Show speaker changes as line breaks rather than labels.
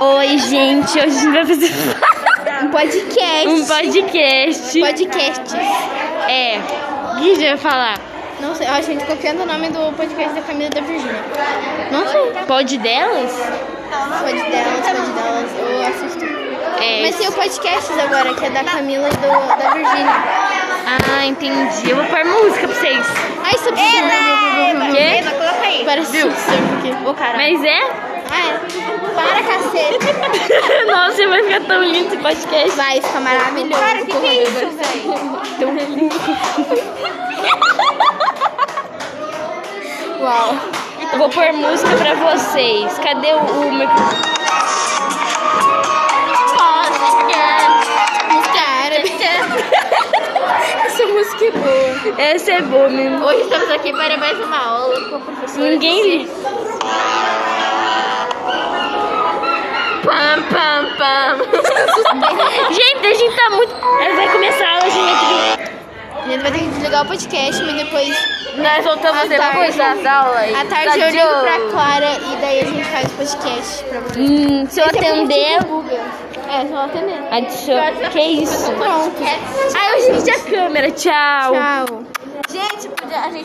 Oi, gente. Hoje a gente vai fazer
Um podcast.
um podcast.
Podcast.
É. O que a gente vai falar?
Não sei, ó, gente, qual que é o nome do podcast da família da Virgínia?
Não sei. Pode delas?
Pode delas, pode delas, eu assisto.
É.
Mas tem o podcast agora, que é da Camila e do, da Virgínia.
Ah, entendi. Eu vou pôr música pra vocês.
Ai, subscreve.
Quê?
coloca aí. Para subscreve um aqui. Ô, cara.
Mas é?
Ai, para, cacete.
Nossa, vai ficar tão lindo esse podcast.
Vai, fica maravilhoso. Cara, o que, é isso, velho?
Tão lindo.
Uau.
Eu vou pôr música pra vocês. Cadê o, o microfone?
Cara, essa música é boa.
Essa é boa mesmo.
Hoje estamos aqui para mais uma aula com a professora.
Ninguém. Pam, pam, pam. gente, a gente tá muito. Vai começar a aula de geometria.
A gente vai ter que desligar o podcast, mas depois,
Nós voltamos
À
depois
tarde.
das aulas. Tá
à tarde, eu ligo pra Clara e daí a gente faz o podcast pra vocês.
Hum, se eu atender.
É, só atender.
Adiciona. Que isso?
Pronto. é
Ai, eu gente a câmera. Tchau.
Tchau.